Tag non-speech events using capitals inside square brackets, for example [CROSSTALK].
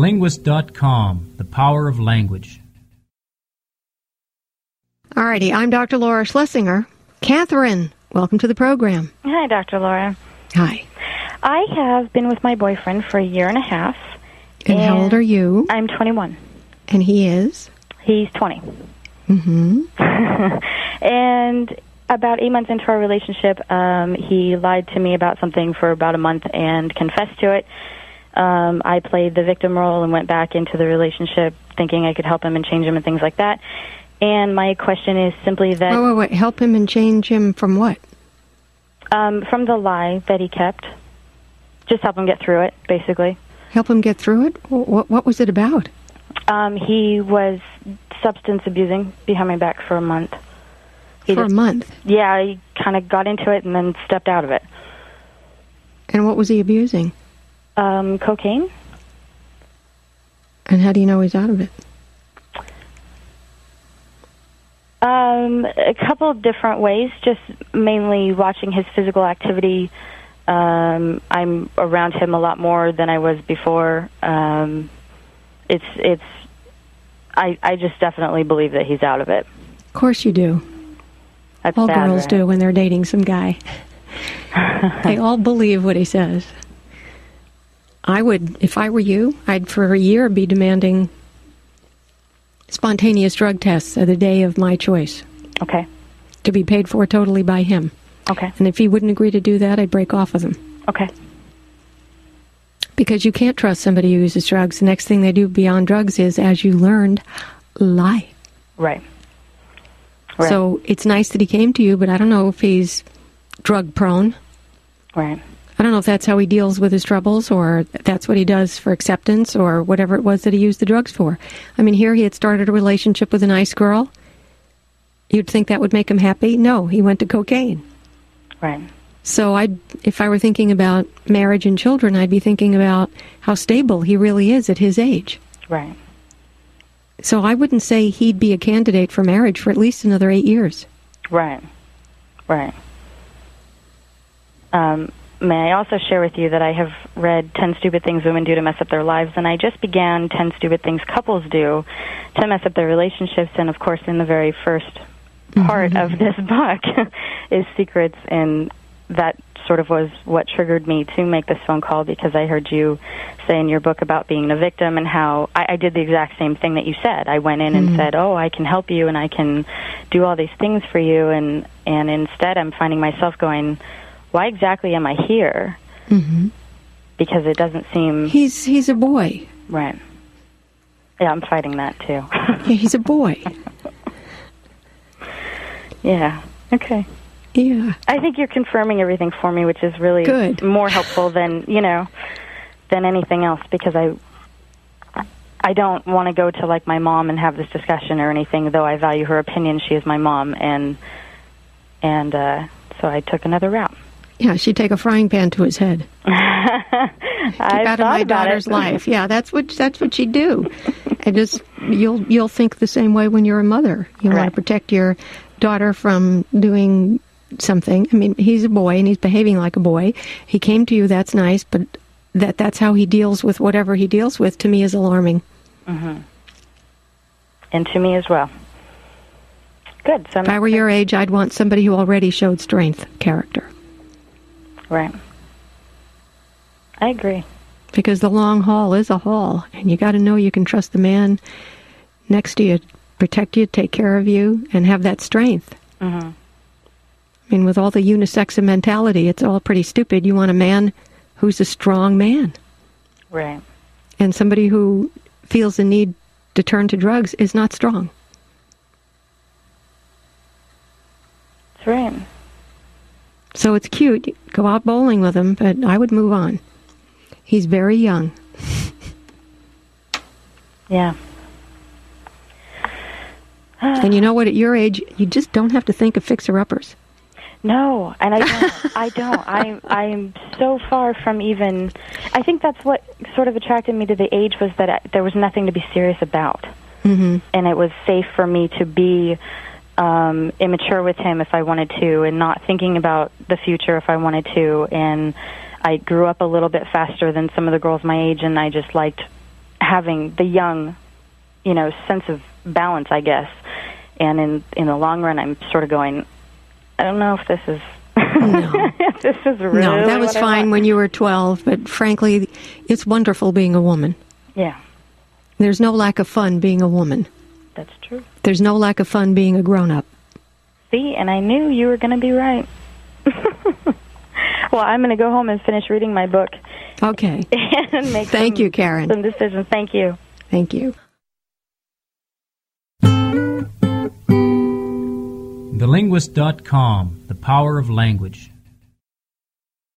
TheLinguist.com, the power of language. Alrighty, I'm Dr. Laura Schlesinger. Catherine, welcome to the program. Hi, Dr. Laura. Hi. I have been with my boyfriend for a year and a half. And, how old are you? I'm 21. And he is? He's 20. Mm-hmm. [LAUGHS] and about eight months into our relationship, um, he lied to me about something for about a month and confessed to it. Um, I played the victim role and went back into the relationship thinking I could help him and change him and things like that. And my question is simply that Wait, wait, wait. Help him and change him from what? um, from the lie that he kept, just help him get through it, basically. Help him get through it? What, what was it about? Um, he was substance abusing behind my back for a month. He For a just- month. Yeah, I kind of got into it and then stepped out of it. And what was he abusing? Um, cocaine? And how do you know he's out of it? Um, a couple of different ways, just mainly watching his physical activity. Um, I'm around him a lot more than I was before. Um, it's it's I I just definitely believe that he's out of it. Of course you do. That's all sad, girls right? do when they're dating some [LAUGHS] guy. they all believe what he says. I would, if I were you, I'd for a year be demanding spontaneous drug tests at the day of my choice Okay. to be paid for totally by him. Okay. And if he wouldn't agree to do that, I'd break off with him. Okay. Because you can't trust somebody who uses drugs. The next thing they do beyond drugs is, as you learned, lie. Right. Right. So it's nice that he came to you, but I don't know if he's drug prone. right. I don't know if that's how he deals with his troubles or that's what he does for acceptance or whatever it was that he used the drugs for. I mean, here he had started a relationship with a nice girl. You'd think that would make him happy. No, he went to cocaine. Right. So I if I were thinking about marriage and children, I'd be thinking about how stable he really is at his age. Right. So I wouldn't say he'd be a candidate for marriage for at least another 8 years. Right. Right. Um, may I also share with you that I have read 10 Stupid Things Women Do to Mess Up Their Lives, and I just began 10 Stupid Things Couples Do to Mess Up Their Relationships, and of course, in the very first part of this book [LAUGHS] is secrets, and that sort of was what triggered me to make this phone call because I heard you say in your book about being a victim and how I, I did the exact same thing that you said. I went in and said, "Oh, I can help you, and I can do all these things for you," and and instead, I'm finding myself going, "Why exactly am I here?" Mm-hmm. Because it doesn't seem He's he's a boy. right. Yeah, I'm fighting that too. [LAUGHS] He's a boy. yeah. Okay. Yeah. I think you're confirming everything for me, which is really Good. more helpful than you know than anything else because I I don't want to go to like my mom and have this discussion or anything. Though I value her opinion, she is my mom, and and uh, so I took another route. [LAUGHS] Yeah, she'd take a frying pan to his head. I out thought of my about daughter's it. [LAUGHS] life. Yeah, that's what that's what she'd do. And just you'll you'll think the same way when you're a mother. You want Right. to protect your daughter from doing something. I mean, he's a boy and he's behaving like a boy. He came to you. That's nice, but that that's how he deals with whatever he deals with. To me, is alarming. and to me as well. Good. So I'm If I were your age, I'd want somebody who already showed strength, of character, right. I agree. because the long haul is a haul, and you got to know you can trust the man next to you, to protect you, take care of you, and have that strength. hmm I mean, with all the unisex mentality, it's all pretty stupid. You want a man who's a strong man, Right. and somebody who feels the need to turn to drugs is not strong. That's right. So it's cute. Go out bowling with him, but I would move on. He's very young. Yeah. And you know what? At your age, you just don't have to think of fixer uppers. No, and I don't. I don't. I I am so far from even. I think that's what sort of attracted me to the age was that I, there was nothing to be serious about, Mm-hmm. and it was safe for me to be um, immature with him if I wanted to, and not thinking about the future if I wanted to, and I grew up a little bit faster than some of the girls my age, and I just liked having the young, you know, sense of balance, I guess. And in in the long run, I'm sort of going, I don't know if this is. [LAUGHS] if this is really no, that was what I fine want. when you were 12, but frankly, it's wonderful being a woman. Yeah, There's no lack of fun being a woman. that's true. There's no lack of fun being a grown up. See, and I knew you were going to be right. [LAUGHS] well, I'm going to go home and finish reading my book [LAUGHS] Okay. and make Thank some- you, Karen. some decisions. Thank you. Thank you. TheLinguist.com The Power of Language.